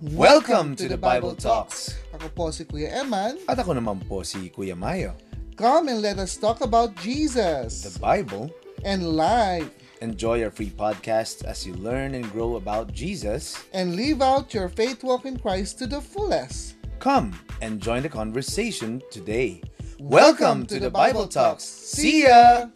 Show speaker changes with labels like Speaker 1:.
Speaker 1: Welcome to the Bible Talks!
Speaker 2: Ako po si Kuya Eman.
Speaker 1: At ako naman po si Kuya Mayo.
Speaker 2: Come and let us talk about
Speaker 1: The
Speaker 2: Jesus
Speaker 1: Bible,
Speaker 2: and life
Speaker 1: enjoy our free podcast as you learn and grow about Jesus.
Speaker 2: and live out your faith walk in Christ to the fullest.
Speaker 1: Come and join the conversation today.
Speaker 2: Welcome to the Bible Talks.
Speaker 1: See ya!